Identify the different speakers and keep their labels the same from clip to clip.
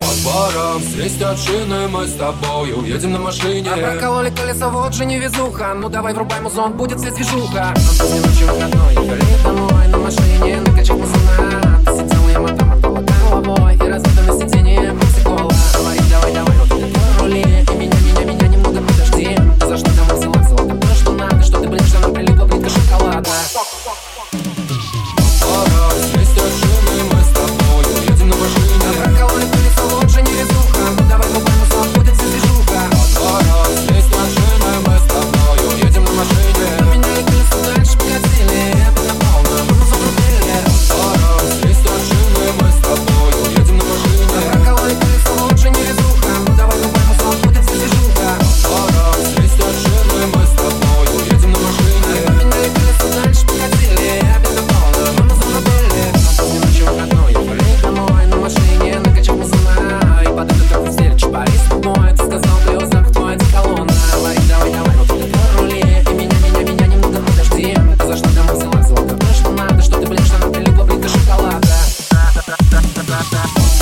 Speaker 1: Вором свистят шины мы с тобою Едем на машине
Speaker 2: А прокололи колеса, вот же невезуха Ну давай врубай музон, будет вся движуха Но ты не ночью выходной, летом мой На машине накачал пацана Ты сидела, я мотом отдала головой И разбитыми сиденьем психола Говорит, давай, давай, вот ты рули И меня, меня, меня немного подожди Ты за что там взяла, взяла там то, что надо Что ты, блин, что нам прилипла плитка шоколада
Speaker 1: Вором свистят шины мы с тобою Едем на
Speaker 2: А
Speaker 1: машине
Speaker 2: прокололи колеса, вот же невезуха Ну давай врубай музон, будет вся движуха
Speaker 1: Вором свистят шины мы с тобою Едем на машине
Speaker 2: Меня и колеса дальше покатили Это на полном, мы закрутили
Speaker 1: Вором свистят шины мы с тобою Едем на машине
Speaker 2: Прокололи колесо, лучше не везуха Ну давай, ну пойму, будет вся движуха
Speaker 1: Вором свистят шины мы с тобою Едем на машине
Speaker 2: Поменяли колесо, дальше покатили Опять на полном, мы музон набили Поздней ночью выходной, я блин домой На машине накачал музона И под это как в стиле чапари с губой Ты сказал, клево, запах твой одеколон Говори, давай, давай, вот ты рули И меня, меня, меня немного подожди Ты за что домой взяла, взяла то, что надо Что ты, блин, что надо, любовь, плитка шоколада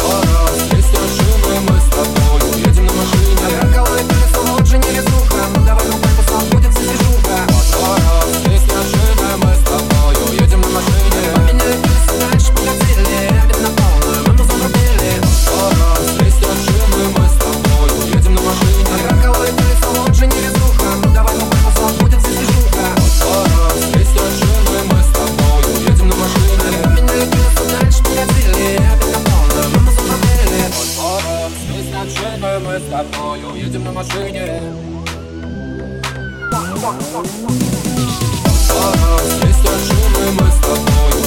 Speaker 1: Вором свистят шины мы с тобою Едем на машине
Speaker 2: Прокололи колесо, лучше не везуха Ну давай, ну пойму, будет вся движуха
Speaker 1: Скоро здесь машина, мы с тобою едем на машине
Speaker 2: Поменяли колеса, дальше покатили Опять на полную, мы музон рубили
Speaker 1: Скоро здесь машина, мы с тобою едем на машине
Speaker 2: Прокололи колесо, лучше не везуха Ну давай, ну пойму, будет вся движуха
Speaker 1: Скоро здесь машина, мы с тобою едем на машине
Speaker 2: Поменяли колеса, дальше покатили Опять на полную, мы музон рубили
Speaker 1: Скоро здесь машина, мы с тобою едем на машине Скоро здесь машина, мы с тобою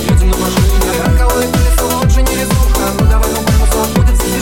Speaker 1: едем на машине
Speaker 2: Прокололи колесо, лучше не везуха Ну давай, ну пойму, будет вся движуха